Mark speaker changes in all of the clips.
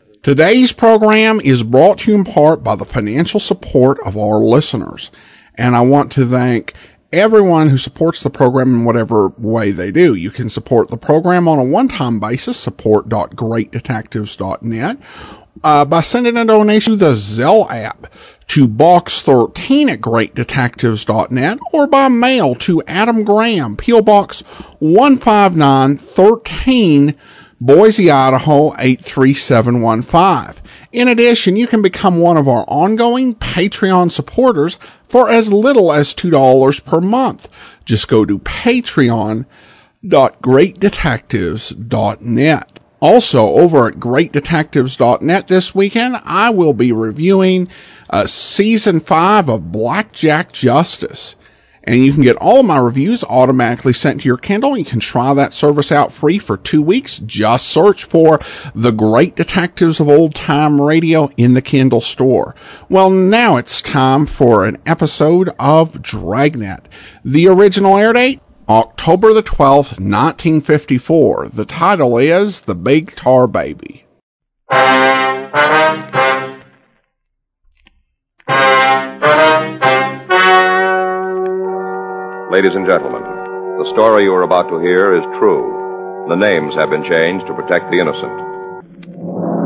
Speaker 1: Today's program is brought to you in part by the financial support of our listeners. And I want to thank everyone who supports the program in whatever way they do. You can support the program on a one-time basis, support.greatdetectives.net, uh, by sending a donation to the Zelle app to box13 at greatdetectives.net or by mail to Adam Graham, P.O. Box 15913, Boise, Idaho 83715. In addition, you can become one of our ongoing Patreon supporters for as little as $2 per month. Just go to patreon.greatdetectives.net. Also, over at greatdetectives.net this weekend, I will be reviewing uh, season five of Blackjack Justice and you can get all of my reviews automatically sent to your Kindle. You can try that service out free for two weeks. Just search for the great detectives of old time radio in the Kindle store. Well, now it's time for an episode of Dragnet. The original air date, October the 12th, 1954. The title is The Big Tar Baby.
Speaker 2: Ladies and gentlemen, the story you are about to hear is true. The names have been changed to protect the innocent.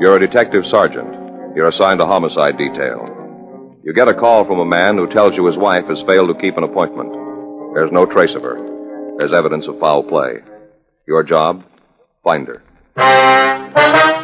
Speaker 2: You're a detective sergeant. You're assigned to homicide detail. You get a call from a man who tells you his wife has failed to keep an appointment. There's no trace of her. There's evidence of foul play. Your job? Find her.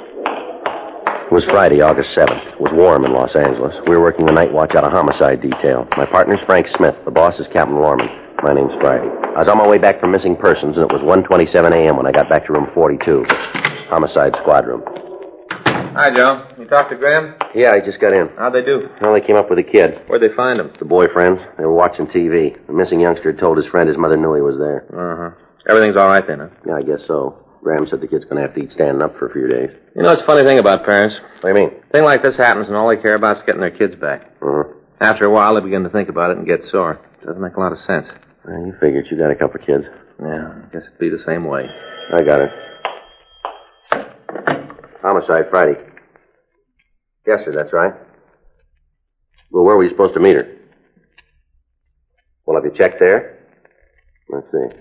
Speaker 3: It was Friday, August 7th. It was warm in Los Angeles. We were working the night watch out of homicide detail. My partner's Frank Smith. The boss is Captain Lorman. My name's Friday. I was on my way back from missing persons, and it was 1.27 a.m. when I got back to room 42, homicide squad room.
Speaker 4: Hi, Joe. You talked to Graham?
Speaker 3: Yeah, I just got in.
Speaker 4: How'd they do?
Speaker 3: Well, they came up with a kid.
Speaker 4: Where'd they find him?
Speaker 3: The boyfriends. They were watching TV. The missing youngster had told his friend his mother knew he was there.
Speaker 4: Uh huh. Everything's all right then, huh?
Speaker 3: Yeah, I guess so. Graham said the kid's going to have to eat standing up for a few days.
Speaker 4: You know, it's a funny thing about parents.
Speaker 3: What do you mean?
Speaker 4: thing like this happens, and all they care about is getting their kids back.
Speaker 3: Uh-huh.
Speaker 4: After a while, they begin to think about it and get sore. Doesn't make a lot of sense.
Speaker 3: Well, you figured you got a couple kids.
Speaker 4: Yeah, I guess it'd be the same way.
Speaker 3: I got it. Homicide Friday. Yes, sir, that's right. Well, where were you supposed to meet her? Well, have you checked there? Let's see.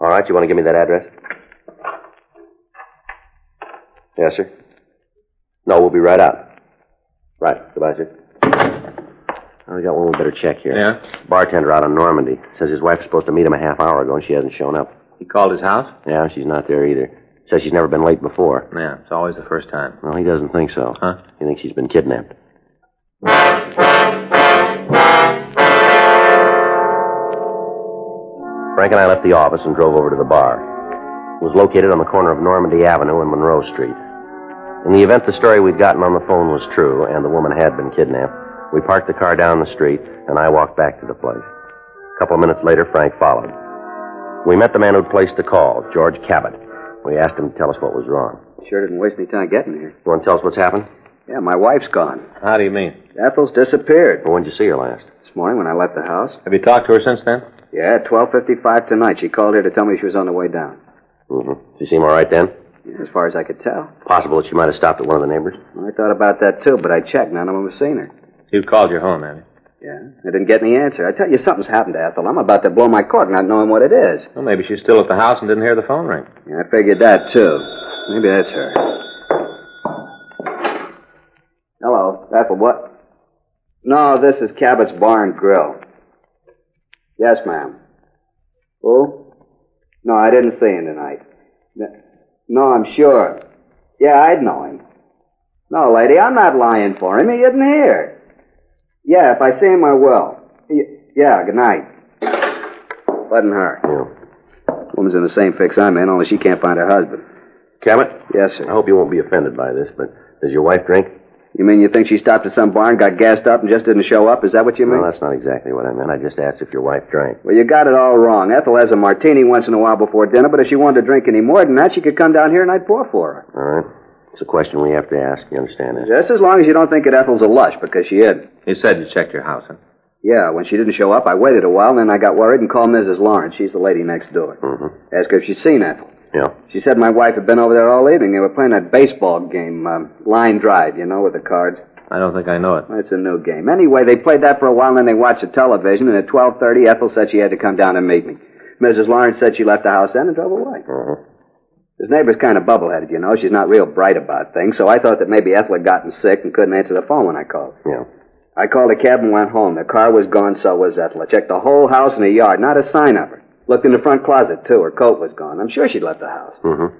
Speaker 3: All right, you want to give me that address? Yes, sir. No, we'll be right out. Right. Goodbye, sir. Oh, we got one we better check here.
Speaker 4: Yeah?
Speaker 3: Bartender out in Normandy says his wife was supposed to meet him a half hour ago and she hasn't shown up.
Speaker 4: He called his house?
Speaker 3: Yeah, she's not there either. Says she's never been late before.
Speaker 4: Yeah, it's always the first time.
Speaker 3: Well, he doesn't think so.
Speaker 4: Huh?
Speaker 3: He thinks she's been kidnapped. Frank and I left the office and drove over to the bar. It was located on the corner of Normandy Avenue and Monroe Street. In the event the story we'd gotten on the phone was true and the woman had been kidnapped, we parked the car down the street and I walked back to the place. A couple of minutes later, Frank followed. We met the man who'd placed the call, George Cabot. We asked him to tell us what was wrong.
Speaker 5: Sure didn't waste any time getting here.
Speaker 3: You want to tell us what's happened?
Speaker 5: Yeah, my wife's gone.
Speaker 4: How do you mean?
Speaker 5: Ethel's disappeared.
Speaker 3: Well, when did you see her last?
Speaker 5: This morning when I left the house.
Speaker 4: Have you talked to her since then?
Speaker 5: Yeah, at 12.55 tonight. She called here to tell me she was on the way down.
Speaker 3: Mm-hmm. She seem all right then?
Speaker 5: Yeah, as far as I could tell.
Speaker 3: Possible that she might have stopped at one of the neighbors?
Speaker 5: I thought about that too, but I checked. None of them have seen her.
Speaker 4: You called your home, have you?
Speaker 5: Yeah, I didn't get any answer. I tell you, something's happened to Ethel. I'm about to blow my cork not knowing what it is.
Speaker 4: Well, maybe she's still at the house and didn't hear the phone ring.
Speaker 5: Yeah, I figured that too. Maybe that's her. Hello, Ethel. What? No, this is Cabot's Bar and Grill. Yes, ma'am. Who? No, I didn't see him tonight. N- No, I'm sure. Yeah, I'd know him. No, lady, I'm not lying for him. He isn't here. Yeah, if I see him, I will. Y- yeah, good night. Wasn't her.
Speaker 3: Yeah.
Speaker 5: Woman's in the same fix I'm in, only she can't find her husband.
Speaker 3: Cabot,
Speaker 5: Yes,
Speaker 3: I
Speaker 5: sir.
Speaker 3: hope you won't be offended by this, but does your wife drink?
Speaker 4: Mm-hmm.
Speaker 5: You mean you think she stopped at some bar and got gassed up and just didn't show up? Is that what you mean?
Speaker 3: No, that's not exactly what I meant. I just asked if your wife drank.
Speaker 5: Well, you got it all wrong. Ethel has a martini once in a while before dinner, but if she wanted to drink any more than that, she could come down here and I'd pour for her.
Speaker 3: All right? It's a question we have to ask. You understand that?
Speaker 5: Just as long as you don't think that Ethel's a lush, because she isn't.
Speaker 4: You said you checked your house, huh?
Speaker 5: Yeah, when she didn't show up, I waited a while, and then I got worried and called Mrs. Lawrence. She's the lady next door. Mm-hmm. Asked her if she'd seen Ethel.
Speaker 3: Yeah.
Speaker 5: She said my wife had been over there all evening. They were playing that baseball game, um, line drive, you know, with the cards.
Speaker 4: I don't think I know it.
Speaker 5: It's a new game. Anyway, they played that for a while, and then they watched the television. And at twelve thirty, Ethel said she had to come down and meet me. Mrs. Lawrence said she left the house then and drove away.
Speaker 3: Mm-hmm.
Speaker 5: This neighbor's kind of bubble-headed, you know. She's not real bright about things, so I thought that maybe Ethel had gotten sick and couldn't answer the phone when I called.
Speaker 3: Yeah.
Speaker 5: I called a cab and went home. The car was gone, so was Ethel. I checked the whole house and the yard, not a sign of her. Looked in the front closet, too. Her coat was gone. I'm sure she'd left the house.
Speaker 3: Mhm.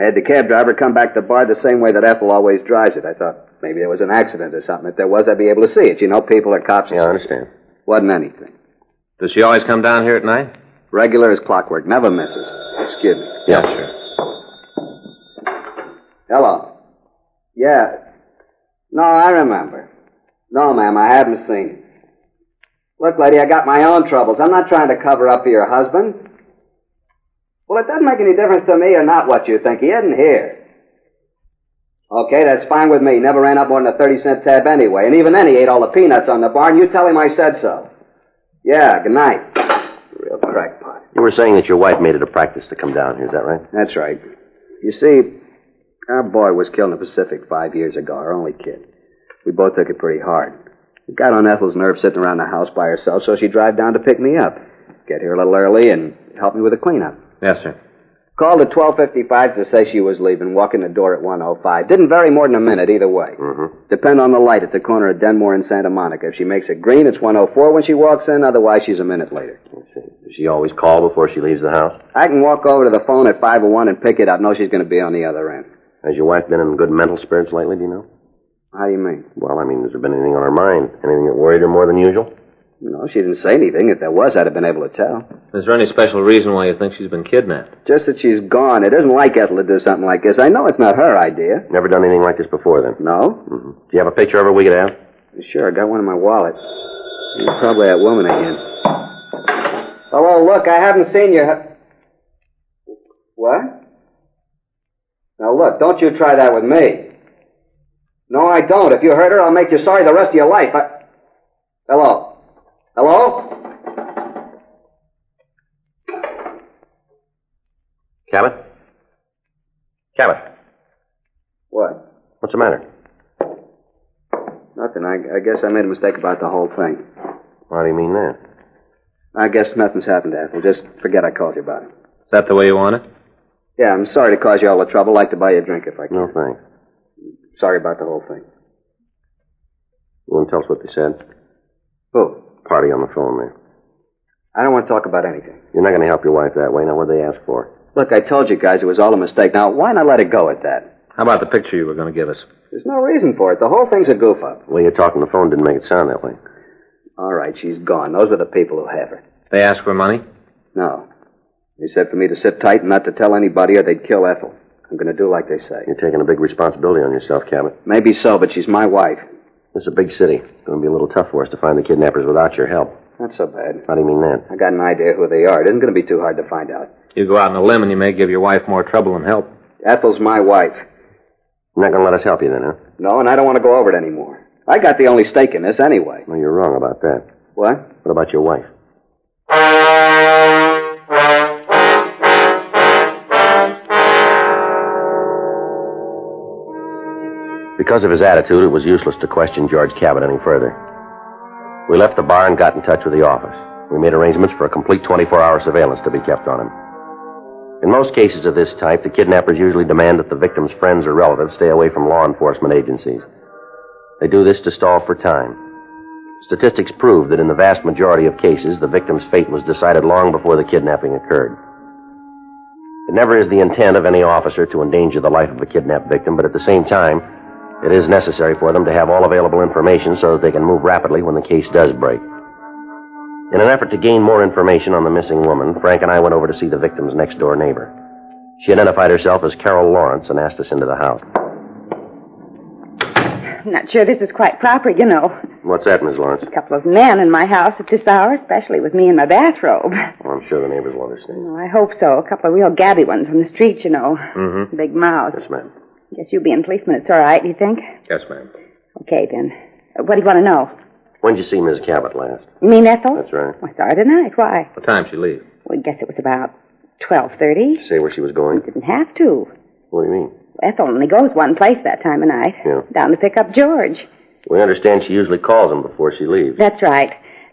Speaker 5: I had the cab driver come back to the bar the same way that Ethel always drives it. I thought maybe there was an accident or something. If there was, I'd be able to see it. You know, people are cops. and
Speaker 3: Yeah, I
Speaker 5: stuff.
Speaker 3: understand.
Speaker 5: Wasn't anything.
Speaker 4: Does she always come down here at night?
Speaker 5: Regular as clockwork. Never misses. Excuse me.
Speaker 3: Yeah, sure.
Speaker 5: Hello. Yeah. No, I remember. No, ma'am, I haven't seen him. Look, lady, I got my own troubles. I'm not trying to cover up for your husband. Well, it doesn't make any difference to me or not what you think. He isn't here. Okay, that's fine with me. Never ran up more than a 30 cent tab anyway. And even then, he ate all the peanuts on the bar, and you tell him I said so. Yeah, good night. Real crackpot.
Speaker 3: You were saying that your wife made it a practice to come down here, is that right?
Speaker 5: That's right. You see, our boy was killed in the Pacific five years ago, our only kid. We both took it pretty hard. It got on Ethel's nerves sitting around the house by herself, so she drive down to pick me up, get here a little early, and help me with the cleanup.
Speaker 4: Yes, sir.
Speaker 5: Called at 12.55 to say she was leaving, walking the door at 1.05. Didn't vary more than a minute either way.
Speaker 4: Mm-hmm.
Speaker 5: Depend on the light at the corner of Denmore and Santa Monica. If she makes it green, it's 1.04 when she walks in, otherwise she's a minute later.
Speaker 3: Let's see. Does she always call before she leaves the house?
Speaker 5: I can walk over to the phone at 5.01 and pick it up. No, she's going to be on the other end.
Speaker 3: Has your wife been in good mental spirits lately, do you know?
Speaker 5: How do you mean?
Speaker 3: Well, I mean, has there been anything on her mind? Anything that worried her more than usual?
Speaker 5: No, she didn't say anything. If there was, I'd have been able to tell.
Speaker 4: Is there any special reason why you think she's been kidnapped?
Speaker 5: Just that she's gone. It isn't like Ethel to do something like this. I know it's not her idea.
Speaker 3: Never done anything like this before, then?
Speaker 5: No?
Speaker 3: Mm-hmm. Do you have a picture of her we could have?
Speaker 5: Sure, I got one in my wallet. It's Probably that woman again. Oh, well, look, I haven't seen your. hu- What? Now, look, don't you try that with me. No, I don't. If you hurt her, I'll make you sorry the rest of your life. I... Hello? Hello?
Speaker 3: Cabot? Cabot,
Speaker 5: What?
Speaker 3: what's the matter?
Speaker 5: Nothing. I, I guess I made a mistake about the whole thing.
Speaker 3: Why do you mean that?
Speaker 5: I guess nothing's happened to Ethel. Just forget I called you about it.
Speaker 4: Is that the way you want it?
Speaker 5: Yeah, I'm sorry to cause you all the trouble. I'd like to buy you a drink if I can.
Speaker 3: No, thanks.
Speaker 5: Sorry about the whole thing.
Speaker 3: You want to tell us what they said?
Speaker 5: Who?
Speaker 3: Party on the phone there.
Speaker 5: I don't want to talk about anything.
Speaker 3: You're not going to help your wife that way. Now, what would they ask for?
Speaker 5: Look, I told you guys it was all a mistake. Now, why not let it go at that?
Speaker 4: How about the picture you were going to give us?
Speaker 5: There's no reason for it. The whole thing's a goof up.
Speaker 3: The way you're talking on the phone didn't make it sound that way.
Speaker 5: All right, she's gone. Those were the people who have her.
Speaker 4: They asked for money?
Speaker 5: No. They said for me to sit tight and not to tell anybody or they'd kill Ethel. I'm going to do like they say.
Speaker 3: You're taking a big responsibility on yourself, Cabot.
Speaker 5: Maybe so, but she's my wife.
Speaker 3: This is a big city. It's going to be a little tough for us to find the kidnappers without your help.
Speaker 5: Not so bad.
Speaker 3: How do you mean that?
Speaker 5: I got an idea who they are. It isn't going to be too hard to find out.
Speaker 4: You go out on a limb and you may give your wife more trouble than help.
Speaker 5: Ethel's my wife.
Speaker 3: You're not going to let us help you then, huh?
Speaker 5: No, and I don't want to go over it anymore. I got the only stake in this anyway.
Speaker 3: Well, you're wrong about that.
Speaker 5: What?
Speaker 3: What about your wife? Because of his attitude, it was useless to question George Cabot any further. We left the bar and got in touch with the office. We made arrangements for a complete 24 hour surveillance to be kept on him. In most cases of this type, the kidnappers usually demand that the victim's friends or relatives stay away from law enforcement agencies. They do this to stall for time. Statistics prove that in the vast majority of cases, the victim's fate was decided long before the kidnapping occurred. It never is the intent of any officer to endanger the life of a kidnapped victim, but at the same time, it is necessary for them to have all available information so that they can move rapidly when the case does break. In an effort to gain more information on the missing woman, Frank and I went over to see the victim's next door neighbor. She identified herself as Carol Lawrence and asked us into the house.
Speaker 6: I'm not sure this is quite proper, you know.
Speaker 3: What's that, Miss Lawrence?
Speaker 6: A couple of men in my house at this hour, especially with me in my bathrobe.
Speaker 3: Well, I'm sure the neighbors will understand.
Speaker 6: Well, I hope so. A couple of real gabby ones from the street, you know. Mm-hmm. Big mouths.
Speaker 3: Yes, ma'am.
Speaker 6: Guess you being policeman, it's all right, you think?
Speaker 4: Yes, ma'am.
Speaker 6: Okay, then. Uh, What do you want to know?
Speaker 3: When did you see Miss Cabot last?
Speaker 6: You mean Ethel?
Speaker 3: That's right.
Speaker 6: I saw her tonight. Why?
Speaker 4: What time she leave?
Speaker 6: Well, I guess it was about 12.30.
Speaker 3: Say where she was going?
Speaker 6: Didn't have to.
Speaker 3: What do you mean?
Speaker 6: Ethel only goes one place that time of night.
Speaker 3: Yeah.
Speaker 6: Down to pick up George.
Speaker 3: We understand she usually calls him before she leaves.
Speaker 6: That's right.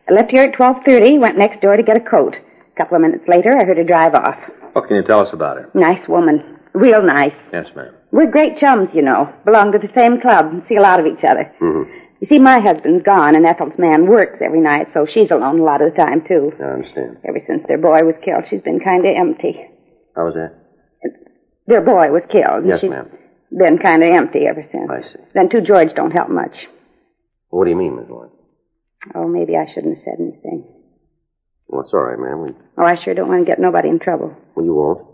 Speaker 6: I left here at 12.30, went next door to get a coat. A couple of minutes later, I heard her drive off.
Speaker 4: What can you tell us about her?
Speaker 6: Nice woman. Real nice.
Speaker 4: Yes, ma'am.
Speaker 6: We're great chums, you know. Belong to the same club and see a lot of each other.
Speaker 4: Mm-hmm.
Speaker 6: You see, my husband's gone, and Ethel's man works every night, so she's alone a lot of the time, too.
Speaker 3: I understand.
Speaker 6: Ever since their boy was killed, she's been kind of empty.
Speaker 3: How was that?
Speaker 6: Their boy was killed. and
Speaker 3: Yes,
Speaker 6: she's
Speaker 3: ma'am.
Speaker 6: Been kind of empty ever since.
Speaker 3: I see.
Speaker 6: Then, too, George don't help much.
Speaker 3: What do you mean, Miss Lawrence?
Speaker 6: Oh, maybe I shouldn't have said anything.
Speaker 3: Well, it's all right, ma'am. We,
Speaker 6: Oh, I sure don't want to get nobody in trouble.
Speaker 3: well, you won't.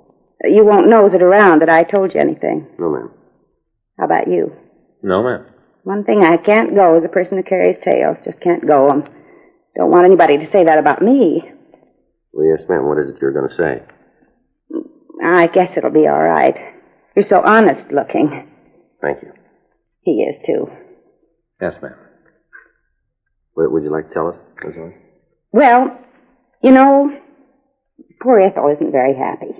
Speaker 6: You won't nose it around that I told you anything.
Speaker 3: No, ma'am.
Speaker 6: How about you?
Speaker 4: No, ma'am.
Speaker 6: One thing I can't go is a person who carries tails. Just can't go 'em. Don't want anybody to say that about me.
Speaker 3: Well, yes, ma'am. What is it you're going to say?
Speaker 6: I guess it'll be all right. You're so honest looking.
Speaker 3: Thank you.
Speaker 6: He is, too.
Speaker 4: Yes, ma'am.
Speaker 3: What would you like to tell us, Miss Lawrence?
Speaker 6: Well, you know, poor Ethel isn't very happy.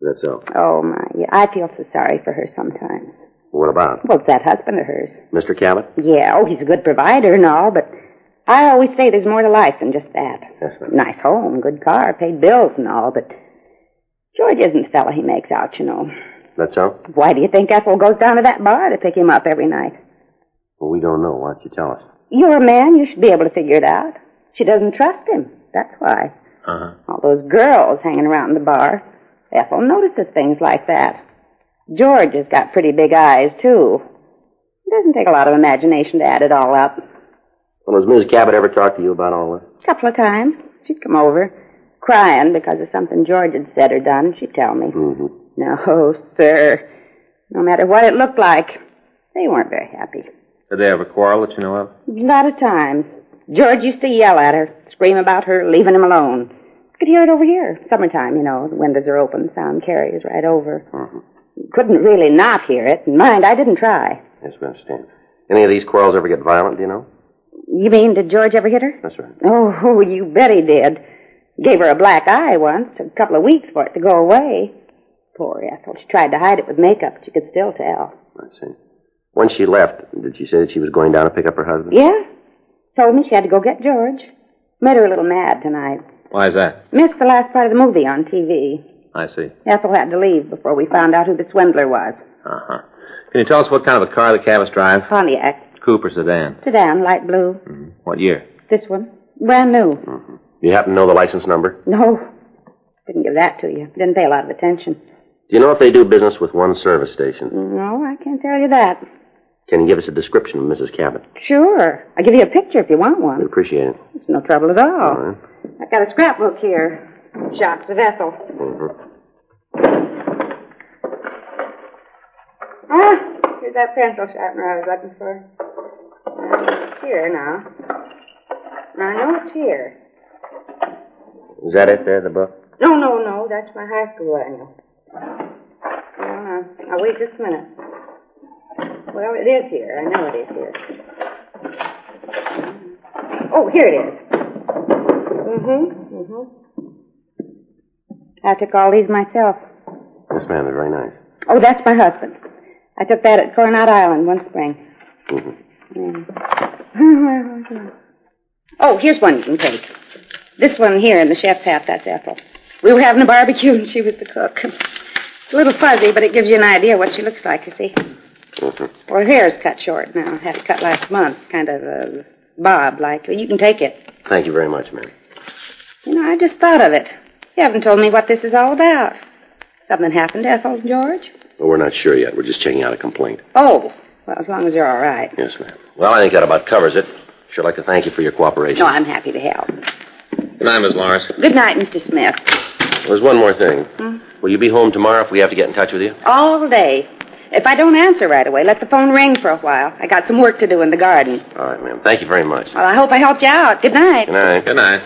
Speaker 3: That's so.
Speaker 6: Oh, my. I feel so sorry for her sometimes.
Speaker 3: What about
Speaker 6: Well, it's that husband of hers.
Speaker 3: Mr. Cabot?
Speaker 6: Yeah, oh, he's a good provider and all, but I always say there's more to life than just that.
Speaker 3: Yes, ma'am.
Speaker 6: Nice home, good car, paid bills and all, but George isn't the fella he makes out, you know.
Speaker 3: That's so.
Speaker 6: Why do you think Ethel goes down to that bar to pick him up every night?
Speaker 3: Well, we don't know. Why don't you tell us?
Speaker 6: You're a man, you should be able to figure it out. She doesn't trust him, that's why.
Speaker 4: Uh-huh.
Speaker 6: All those girls hanging around the bar. Ethel notices things like that. George has got pretty big eyes, too. It doesn't take a lot of imagination to add it all up.
Speaker 3: Well, has Miss Cabot ever talked to you about all this?
Speaker 6: couple of times. She'd come over, crying because of something George had said or done. She'd tell me.
Speaker 3: Mm-hmm.
Speaker 6: No, sir. No matter what it looked like, they weren't very happy.
Speaker 4: Did they ever quarrel that you know of?
Speaker 6: A lot of times. George used to yell at her, scream about her, leaving him alone. Could hear it over here. Summertime, you know, the windows are open, the sound carries right over. Couldn't really not hear it. And mind, I didn't try.
Speaker 3: Yes, we understand. Any of these quarrels ever get violent, do you know?
Speaker 6: You mean, did George ever hit her?
Speaker 3: That's right.
Speaker 6: Oh, you bet he did. Gave her a black eye once. Took a couple of weeks for it to go away. Poor Ethel. She tried to hide it with makeup, but you could still tell.
Speaker 3: I see. When she left, did she say that she was going down to pick up her husband?
Speaker 6: Yeah. Told me she had to go get George. Made her a little mad tonight.
Speaker 4: Why is that?
Speaker 6: Missed the last part of the movie on TV.
Speaker 4: I see.
Speaker 6: Ethel had to leave before we found out who the swindler was.
Speaker 4: Uh-huh. Can you tell us what kind of a car the Cabots drive?
Speaker 6: Pontiac.
Speaker 4: Coupe or sedan?
Speaker 6: Sedan, light blue.
Speaker 4: What year?
Speaker 6: This one. Brand new.
Speaker 3: Do you happen to know the license number?
Speaker 6: No. Didn't give that to you. Didn't pay a lot of attention.
Speaker 3: Do you know if they do business with one service station?
Speaker 6: No, I can't tell you that.
Speaker 3: Can you give us a description of Mrs. Cabot?
Speaker 6: Sure. I'll give you a picture if you want one.
Speaker 3: We'd appreciate it.
Speaker 6: It's no trouble at all.
Speaker 3: right.
Speaker 6: I've got a scrapbook here. Some shots of Ethel. Ah, here's that pencil sharpener I was looking for. Uh, it's here now. Now, I know it's here.
Speaker 3: Is that it there, the book?
Speaker 6: No, no, no. That's my high school annual. Well, uh, now, wait just a minute. Well, it is here. I know it is here. Oh, here it is. Mm-hmm, mm-hmm. I took all these myself.
Speaker 3: Yes, ma'am. They're very nice.
Speaker 6: Oh, that's my husband. I took that at Coronado Island one spring.
Speaker 3: Mhm.
Speaker 6: Mm-hmm. Oh, here's one you can take. This one here in the chef's hat, that's Ethel. We were having a barbecue and she was the cook. It's a little fuzzy, but it gives you an idea what she looks like, you see. Well, her hair's cut short now. Had it cut last month, kind of uh, bob like. Well, you can take it.
Speaker 3: Thank you very much, ma'am.
Speaker 6: You know, I just thought of it. You haven't told me what this is all about. Something happened to Ethel, George?
Speaker 3: Well, we're not sure yet. We're just checking out a complaint.
Speaker 6: Oh, well, as long as you're all right.
Speaker 3: Yes, ma'am. Well, I think that about covers it. Sure like to thank you for your cooperation.
Speaker 6: No, I'm happy to help.
Speaker 3: Good night, Miss Lawrence.
Speaker 6: Good night, Mr. Smith.
Speaker 3: There's one more thing. Will you be home tomorrow if we have to get in touch with you?
Speaker 6: All day. If I don't answer right away, let the phone ring for a while. I got some work to do in the garden.
Speaker 3: All right, ma'am. Thank you very much.
Speaker 6: Well, I hope I helped you out. Good night.
Speaker 3: Good night.
Speaker 4: Good night.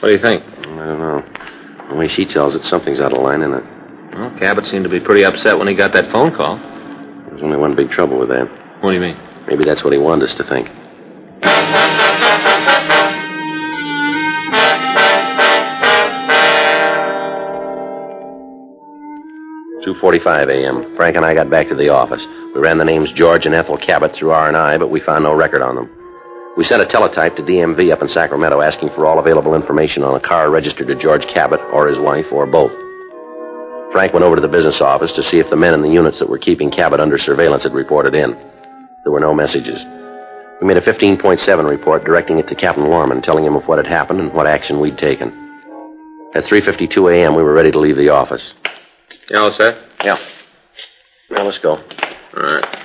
Speaker 4: What do you think?
Speaker 3: I don't know. The way she tells it, something's out of line, isn't it?
Speaker 4: Well, Cabot seemed to be pretty upset when he got that phone call.
Speaker 3: There's only one big trouble with that.
Speaker 4: What do you mean?
Speaker 3: Maybe that's what he wanted us to think. Two forty-five a.m. Frank and I got back to the office. We ran the names George and Ethel Cabot through R and I, but we found no record on them. We sent a teletype to DMV up in Sacramento asking for all available information on a car registered to George Cabot or his wife or both. Frank went over to the business office to see if the men in the units that were keeping Cabot under surveillance had reported in. There were no messages. We made a 15.7 report directing it to Captain Lorman, telling him of what had happened and what action we'd taken. At 3.52 a.m., we were ready to leave the office.
Speaker 4: You all set?
Speaker 3: Yeah. Now, let's go.
Speaker 4: All right.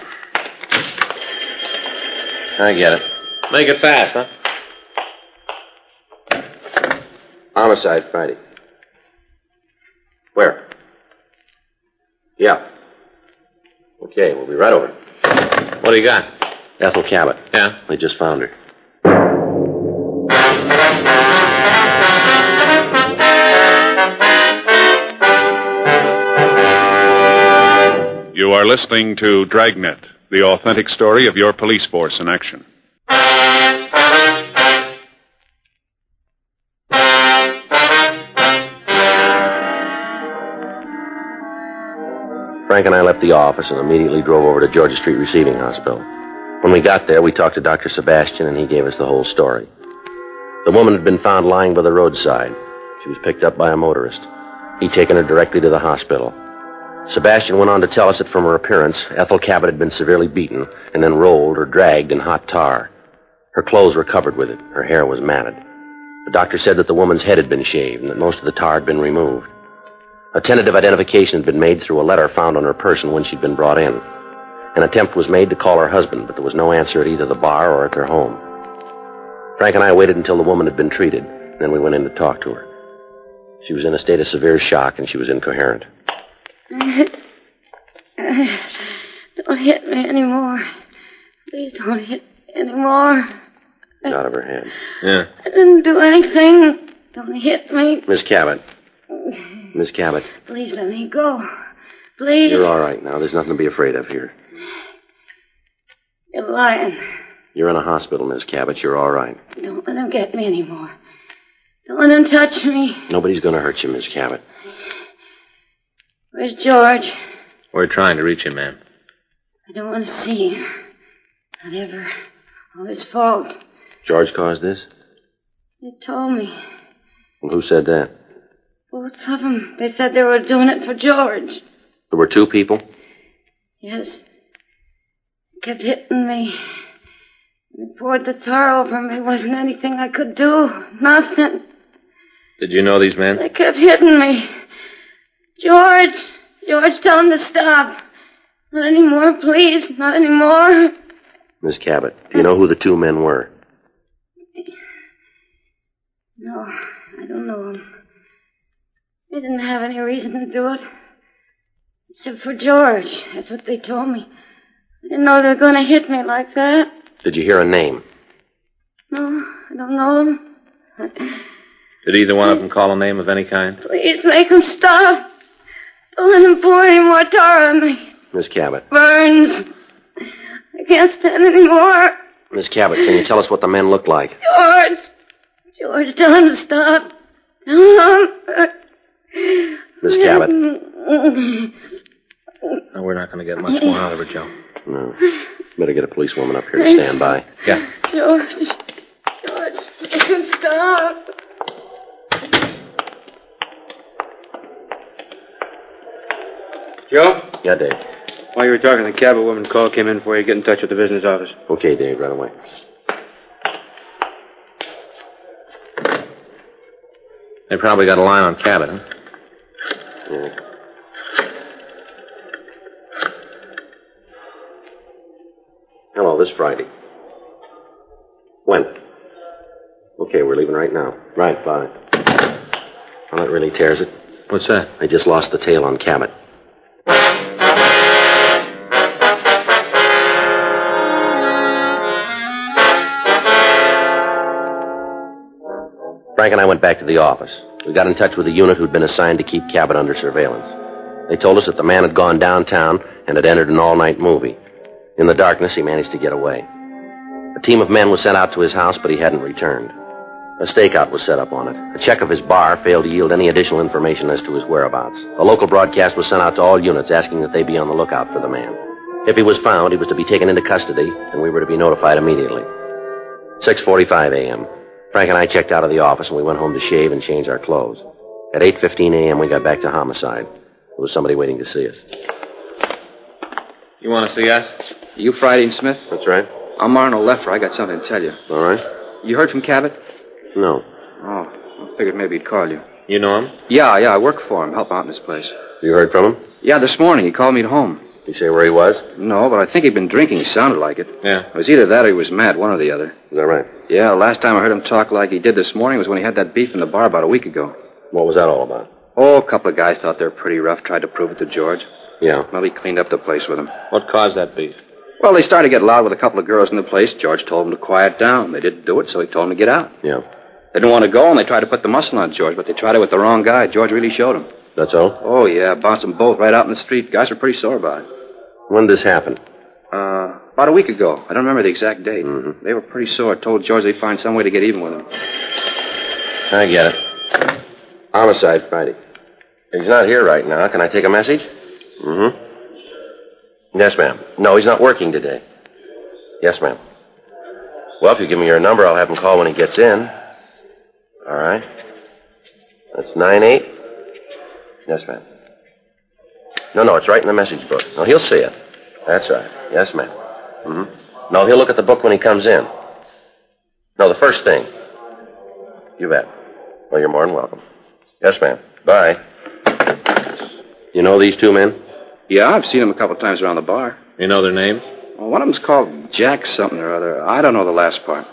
Speaker 3: I get it.
Speaker 4: Make it fast, huh?
Speaker 3: Homicide Friday. Where? Yeah. Okay, we'll be right over.
Speaker 4: What do you got?
Speaker 3: Ethel Cabot.
Speaker 4: Yeah.
Speaker 3: We just found her.
Speaker 7: You are listening to Dragnet, the authentic story of your police force in action.
Speaker 3: Frank and I left the office and immediately drove over to Georgia Street Receiving Hospital. When we got there, we talked to Dr. Sebastian and he gave us the whole story. The woman had been found lying by the roadside. She was picked up by a motorist. He'd taken her directly to the hospital. Sebastian went on to tell us that from her appearance, Ethel Cabot had been severely beaten and then rolled or dragged in hot tar. Her clothes were covered with it. Her hair was matted. The doctor said that the woman's head had been shaved and that most of the tar had been removed. A tentative identification had been made through a letter found on her person when she'd been brought in. An attempt was made to call her husband, but there was no answer at either the bar or at their home. Frank and I waited until the woman had been treated, then we went in to talk to her. She was in a state of severe shock and she was incoherent.
Speaker 8: Uh, Don't hit me anymore. Please don't hit me anymore.
Speaker 3: Out of her head.
Speaker 4: Yeah.
Speaker 8: I didn't do anything. Don't hit me.
Speaker 3: Miss Cabot. Miss Cabot,
Speaker 8: Please let me go. Please.
Speaker 3: you're all right now. There's nothing to be afraid of here.
Speaker 8: You're lying.
Speaker 3: You're in a hospital, Miss Cabot. You're all right.
Speaker 8: Don't let him get me anymore. Don't let him touch me.
Speaker 3: Nobody's going to hurt you, Miss Cabot.
Speaker 8: Where's George?
Speaker 4: We're trying to reach him, ma'am.
Speaker 8: I don't want to see him. Not ever. All his fault.
Speaker 3: George caused this?
Speaker 8: They told me.
Speaker 3: Well, who said that?
Speaker 8: Both of them. They said they were doing it for George.
Speaker 3: There were two people?
Speaker 8: Yes. He kept hitting me. They poured the tar over me. Wasn't anything I could do. Nothing.
Speaker 4: Did you know these men?
Speaker 8: They kept hitting me. George, George, tell him to stop. Not anymore, please. Not anymore.
Speaker 3: Miss Cabot, do you know who the two men were?
Speaker 8: No, I don't know him. They didn't have any reason to do it. Except for George. That's what they told me. I didn't know they were going to hit me like that.
Speaker 3: Did you hear a name?
Speaker 8: No, I don't know them.
Speaker 2: Did either one of them call a name of any kind?
Speaker 8: Please make them stop. Don't let them pour any more tar on me.
Speaker 3: Miss Cabot.
Speaker 8: Burns. I can't stand any more.
Speaker 3: Miss Cabot, can you tell us what the men looked like?
Speaker 8: George. George, tell him to stop. Tell him.
Speaker 3: Miss Cabot.
Speaker 2: No, we're not going to get much more out of her, Joe.
Speaker 3: No. Better get a policewoman up here to stand by.
Speaker 2: Yeah.
Speaker 8: George. George, make him stop.
Speaker 5: Joe,
Speaker 3: Yeah, Dave.
Speaker 5: while you were talking, the cabin woman call came in for you. Get in touch with the business office.
Speaker 3: Okay, Dave, right away.
Speaker 2: They probably got a line on Cabot, huh?
Speaker 3: Yeah. Hello, this Friday. When? Okay, we're leaving right now. Right, bye. Well, that really tears it.
Speaker 2: What's that?
Speaker 3: I just lost the tail on Cabot. Frank and I went back to the office. We got in touch with the unit who'd been assigned to keep Cabot under surveillance. They told us that the man had gone downtown and had entered an all night movie. In the darkness, he managed to get away. A team of men was sent out to his house, but he hadn't returned. A stakeout was set up on it. A check of his bar failed to yield any additional information as to his whereabouts. A local broadcast was sent out to all units asking that they be on the lookout for the man. If he was found, he was to be taken into custody, and we were to be notified immediately. 6:45 a.m. Frank and I checked out of the office, and we went home to shave and change our clothes. At 8:15 a.m., we got back to homicide. There was somebody waiting to see us.
Speaker 2: You want to see us?
Speaker 5: You Friday and Smith?
Speaker 3: That's right.
Speaker 5: I'm Arnold Leffer. I got something to tell you.
Speaker 3: All right.
Speaker 5: You heard from Cabot?
Speaker 3: No.
Speaker 5: Oh, I figured maybe he'd call you.
Speaker 2: You know him?
Speaker 5: Yeah, yeah, I work for him. Help out in this place.
Speaker 3: You heard from him?
Speaker 5: Yeah, this morning he called me at home.
Speaker 3: You say where he was? Is
Speaker 5: No, but I think he'd been drinking. Sounded like it.
Speaker 2: Yeah.
Speaker 5: It was either that or he was mad, one or the other.
Speaker 3: that right?
Speaker 5: Yeah, last time I heard him talk like he did this morning was when he had that beef in the bar about a week ago.
Speaker 3: What was that all about?
Speaker 5: Oh, a couple of guys thought they were pretty rough, tried to prove it to George.
Speaker 3: Yeah.
Speaker 5: Well, he cleaned up the place with them.
Speaker 2: What caused that beef?
Speaker 5: Well, they started to get loud with a couple of girls in the place. George told them to quiet down. They didn't do it, so he told them to get out.
Speaker 3: Yeah.
Speaker 5: They didn't want to go, and they tried to put the muscle on George, but they tried it with the wrong guy. George really showed him.
Speaker 3: That's all?
Speaker 5: Oh, yeah, bounced them both right out in the street. Guys were pretty sore about it.
Speaker 3: When did this happen?
Speaker 5: Uh, about a week ago. I don't remember the exact date. They were pretty sore. Told George they'd find some way to get even with him.
Speaker 3: I get it. Homicide Friday. He's not here right now. Can I take a message? Mm-hmm. Yes, ma'am. No, he's not working today. Yes, ma'am. Well, if you give me your number, I'll have him call when he gets in. All right. That's nine eight. Yes, ma'am. No, no, it's right in the message book. No, he'll see it. That's right. Yes, ma'am. Mm-hmm. No, he'll look at the book when he comes in. No, the first thing. You bet. Well, you're more than welcome. Yes, ma'am. Bye. You know these two men?
Speaker 5: Yeah, I've seen him a couple of times around the bar.
Speaker 2: You know their names?
Speaker 5: Well, one of them's called Jack something or other. I don't know the last part.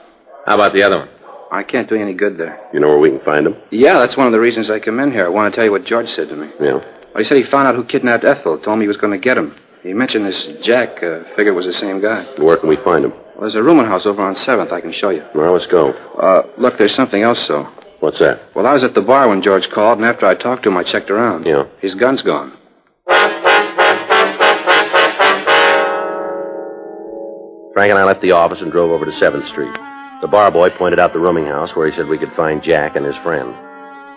Speaker 2: How about the other one?
Speaker 5: I can't do you any good there.
Speaker 3: You know where we can find them?
Speaker 5: Yeah, that's one of the reasons I come in here. I want to tell you what George said to me.
Speaker 3: Yeah.
Speaker 5: Well, he said he found out who kidnapped Ethel. Told me he was going to get him. He mentioned this Jack. Uh, figured it was the same guy.
Speaker 3: Where can we find them?
Speaker 5: Well, there's a rooming house over on Seventh. I can show you.
Speaker 3: Well, let's go.
Speaker 5: Uh, look, there's something else though.
Speaker 3: What's that?
Speaker 5: Well, I was at the bar when George called, and after I talked to him, I checked around.
Speaker 3: Yeah.
Speaker 5: His gun's gone.
Speaker 3: Frank and I left the office and drove over to 7th Street. The bar boy pointed out the rooming house where he said we could find Jack and his friend.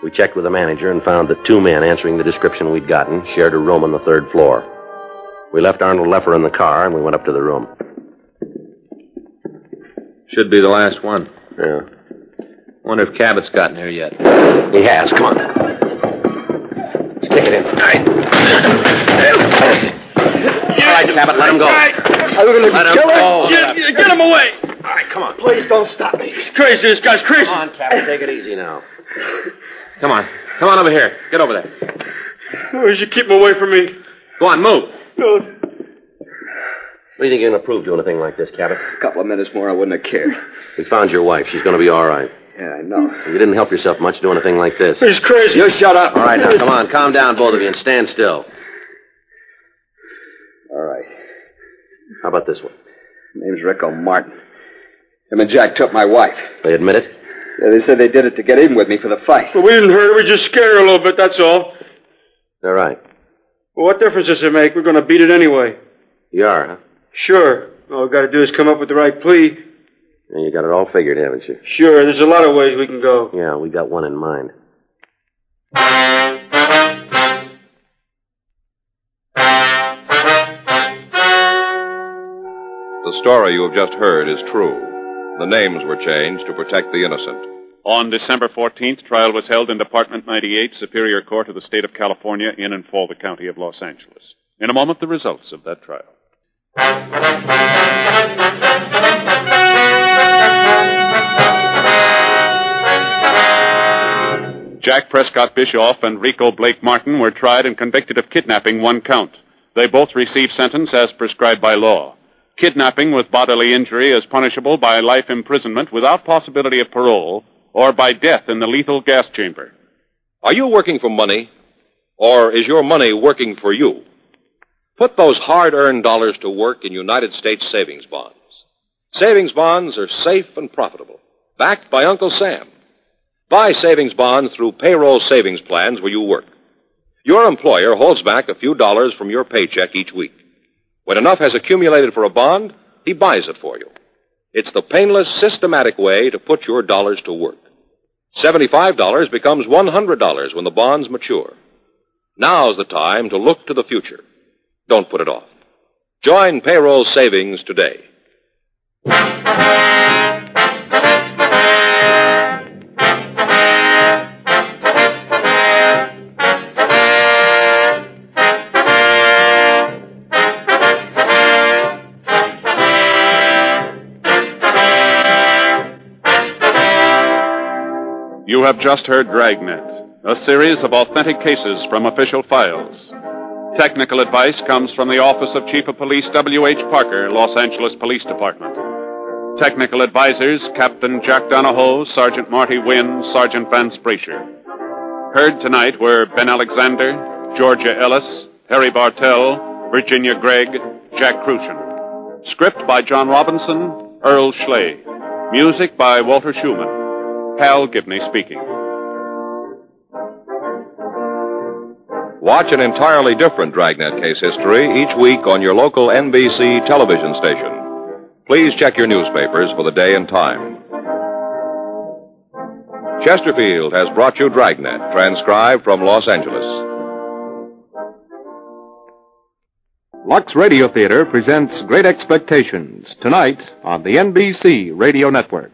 Speaker 3: We checked with the manager and found that two men answering the description we'd gotten shared a room on the third floor. We left Arnold Leffer in the car and we went up to the room.
Speaker 2: Should be the last one.
Speaker 3: Yeah.
Speaker 2: Wonder if Cabot's gotten here yet.
Speaker 3: He has. Come on. Let's kick it in. All right. All right, Cabot, let him go.
Speaker 9: Are we going to
Speaker 3: Let him go.
Speaker 9: get him away?
Speaker 3: All right, come on.
Speaker 9: Please don't stop me. He's crazy. This guy's crazy.
Speaker 3: Come on, Cabot, take it easy now.
Speaker 2: Come on. Come on over here. Get over there.
Speaker 9: Oh, You should keep him away from me.
Speaker 2: Go on, move.
Speaker 9: No.
Speaker 3: What do you think you're going to prove doing a thing like this, Cabot?
Speaker 5: A couple of minutes more, I wouldn't have cared.
Speaker 3: We found your wife. She's going to be all right.
Speaker 5: Yeah,
Speaker 10: Hmm.
Speaker 5: I know.
Speaker 3: You didn't help yourself much doing a thing like this.
Speaker 9: He's crazy.
Speaker 3: You shut up. All right, now, come on. Calm down, both of you, and stand still.
Speaker 5: All right.
Speaker 3: How about this one?
Speaker 10: Name's Rico Martin. Him and Jack took my wife.
Speaker 3: They admit it?
Speaker 10: Yeah, they said they did it to get even with me for the fight.
Speaker 11: Well, we didn't hurt her. We just scared her a little bit, that's all.
Speaker 3: All right.
Speaker 11: Well, what difference does it make? We're going to beat it anyway.
Speaker 3: You are, huh?
Speaker 11: Sure. All we've got to do is come up with the right plea.
Speaker 3: And you got it all figured, haven't you?
Speaker 11: Sure, there's a lot of ways we can go.
Speaker 3: Yeah, we got one in mind.
Speaker 2: The story you have just heard is true. The names were changed to protect the innocent.
Speaker 7: On December 14th, trial was held in Department 98, Superior Court of the State of California, in and for the County of Los Angeles. In a moment, the results of that trial. Jack Prescott Bischoff and Rico Blake Martin were tried and convicted of kidnapping one count. They both received sentence as prescribed by law. Kidnapping with bodily injury is punishable by life imprisonment without possibility of parole or by death in the lethal gas chamber.
Speaker 2: Are you working for money? Or is your money working for you? Put those hard earned dollars to work in United States savings bonds. Savings bonds are safe and profitable, backed by Uncle Sam. Buy savings bonds through payroll savings plans where you work. Your employer holds back a few dollars from your paycheck each week. When enough has accumulated for a bond, he buys it for you. It's the painless, systematic way to put your dollars to work. $75 becomes $100 when the bonds mature. Now's the time to look to the future. Don't put it off. Join Payroll Savings today.
Speaker 7: You have just heard Dragnet, a series of authentic cases from official files. Technical advice comes from the Office of Chief of Police W.H. Parker, Los Angeles Police Department. Technical advisors Captain Jack Donahoe, Sergeant Marty Wynn, Sergeant Vance Brasher. Heard tonight were Ben Alexander, Georgia Ellis, Harry Bartell, Virginia Gregg, Jack Crucian. Script by John Robinson, Earl Schley. Music by Walter Schumann. Hal Gibney speaking.
Speaker 2: Watch an entirely different Dragnet case history each week on your local NBC television station. Please check your newspapers for the day and time. Chesterfield has brought you Dragnet, transcribed from Los Angeles.
Speaker 12: Lux Radio Theater presents Great Expectations tonight on the NBC Radio Network.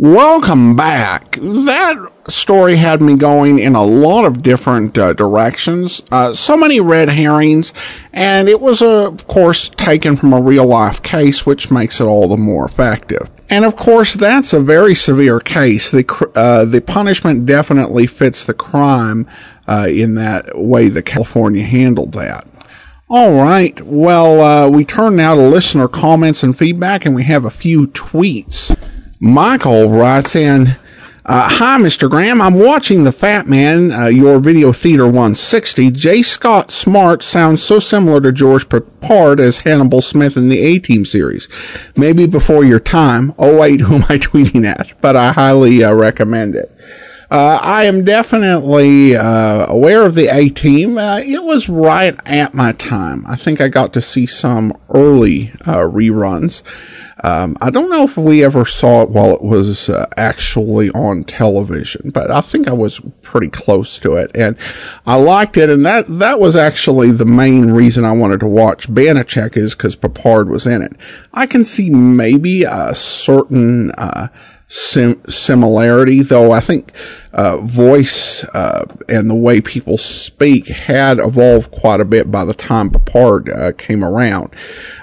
Speaker 1: Welcome back. That story had me going in a lot of different uh, directions. Uh, so many red herrings, and it was, uh, of course, taken from a real life case, which makes it all the more effective. And of course, that's a very severe case. The cr- uh, the punishment definitely fits the crime uh, in that way that California handled that. All right. Well, uh, we turn now to listener comments and feedback, and we have a few tweets. Michael writes in uh, Hi, Mr. Graham. I'm watching The Fat Man, uh, your Video Theater 160. J. Scott Smart sounds so similar to George Papard as Hannibal Smith in the A Team series. Maybe before your time. Oh, wait, who am I tweeting at? But I highly uh, recommend it. Uh, I am definitely uh, aware of the A Team. Uh, it was right at my time. I think I got to see some early uh, reruns. Um, I don't know if we ever saw it while it was uh, actually on television, but I think I was pretty close to it, and I liked it. And that that was actually the main reason I wanted to watch Banachek is because Papard was in it. I can see maybe a certain. Uh, sim- similarity, though I think uh, voice uh, and the way people speak had evolved quite a bit by the time Papard uh, came around.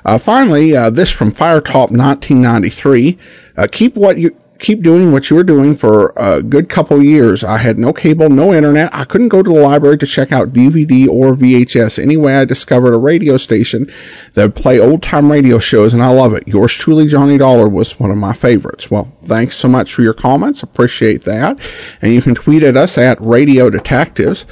Speaker 1: Uh, finally, uh, this from Firetop 1993. Uh, keep what you keep doing what you were doing for a good couple years. I had no cable, no internet. I couldn't go to the library to check out DVD or VHS. Anyway, I discovered a radio station that would play old time radio shows, and I love it. Yours truly, Johnny Dollar, was one of my favorites. Well, thanks so much for your comments. Appreciate that. And you can tweet at us at Radio Detectives.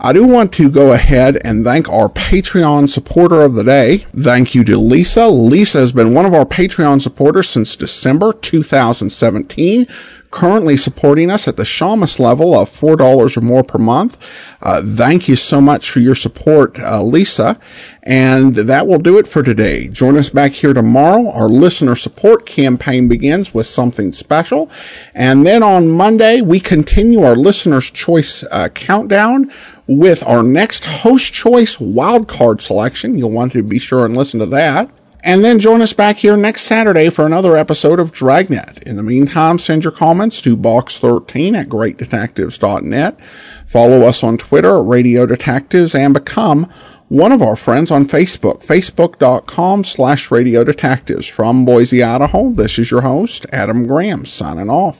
Speaker 1: I do want to go ahead and thank our Patreon supporter of the day. Thank you to Lisa. Lisa has been one of our Patreon supporters since December 2017 currently supporting us at the Shamus level of $4 or more per month. Uh, thank you so much for your support, uh, Lisa. And that will do it for today. Join us back here tomorrow. Our listener support campaign begins with something special. And then on Monday, we continue our listener's choice uh, countdown with our next host choice wildcard selection. You'll want to be sure and listen to that. And then join us back here next Saturday for another episode of Dragnet. In the meantime, send your comments to box13 at greatdetectives.net. Follow us on Twitter at Radio Detectives and become one of our friends on Facebook, facebook.com slash radio detectives. From Boise, Idaho, this is your host, Adam Graham, signing off.